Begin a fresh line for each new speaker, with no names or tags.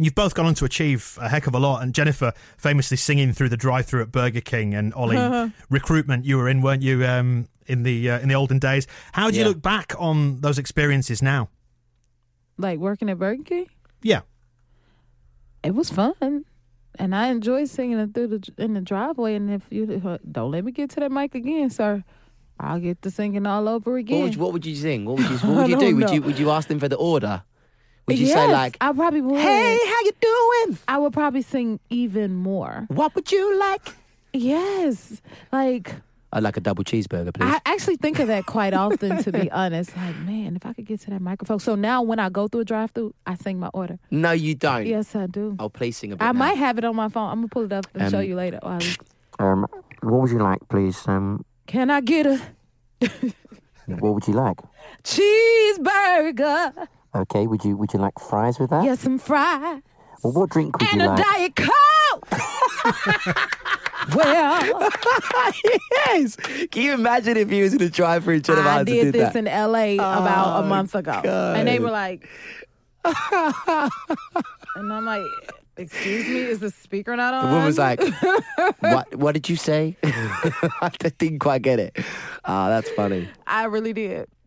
You've both gone on to achieve a heck of a lot, and Jennifer famously singing through the drive-through at Burger King, and Ollie recruitment you were in, weren't you, um, in the uh, in the olden days? How do you
Yeah.
look back on those experiences now?
Like working at Burger King,
Yeah,
it was fun, and I enjoyed singing it through the in the driveway. And if you uh, don't let me get to that mic again, sir, I'll get to singing all over again.
What would, what would you sing? What would you, what would you
I
do?
don't
Would you
know.
would you ask them for the order? Would you
yes,
say like,
I probably would.
"Hey, how you doing?
I would probably sing even more.
What would you like?"
Yes, like
I'd like a double cheeseburger, please.
I actually think of that quite often, to be honest. Like, man, if I could get to that microphone. So now when I go through a drive through, I sing my order.
no, you don't.
Yes, I do.
I'll please sing a bit.
I
now.
might have it on my phone. I'm gonna pull it up and show
Um,
you later. While I look.
Um, what would you like, please? Um,
Can I get a
what would you like?
cheeseburger?
Okay, would you would you like fries with that?
Yes, some fries
Well, what drink would
and
you
a
like?
diet coke. well,
yes. Can you imagine if he was in a drive-through? Jennifer
I
Hudson
did this
that?
in LA about a
Oh,
month ago, and they were like, and I'm like, excuse me, is the speaker not on?
The woman was like, "What? What did you say?" I didn't quite get it. Ah, that's funny.
I really did.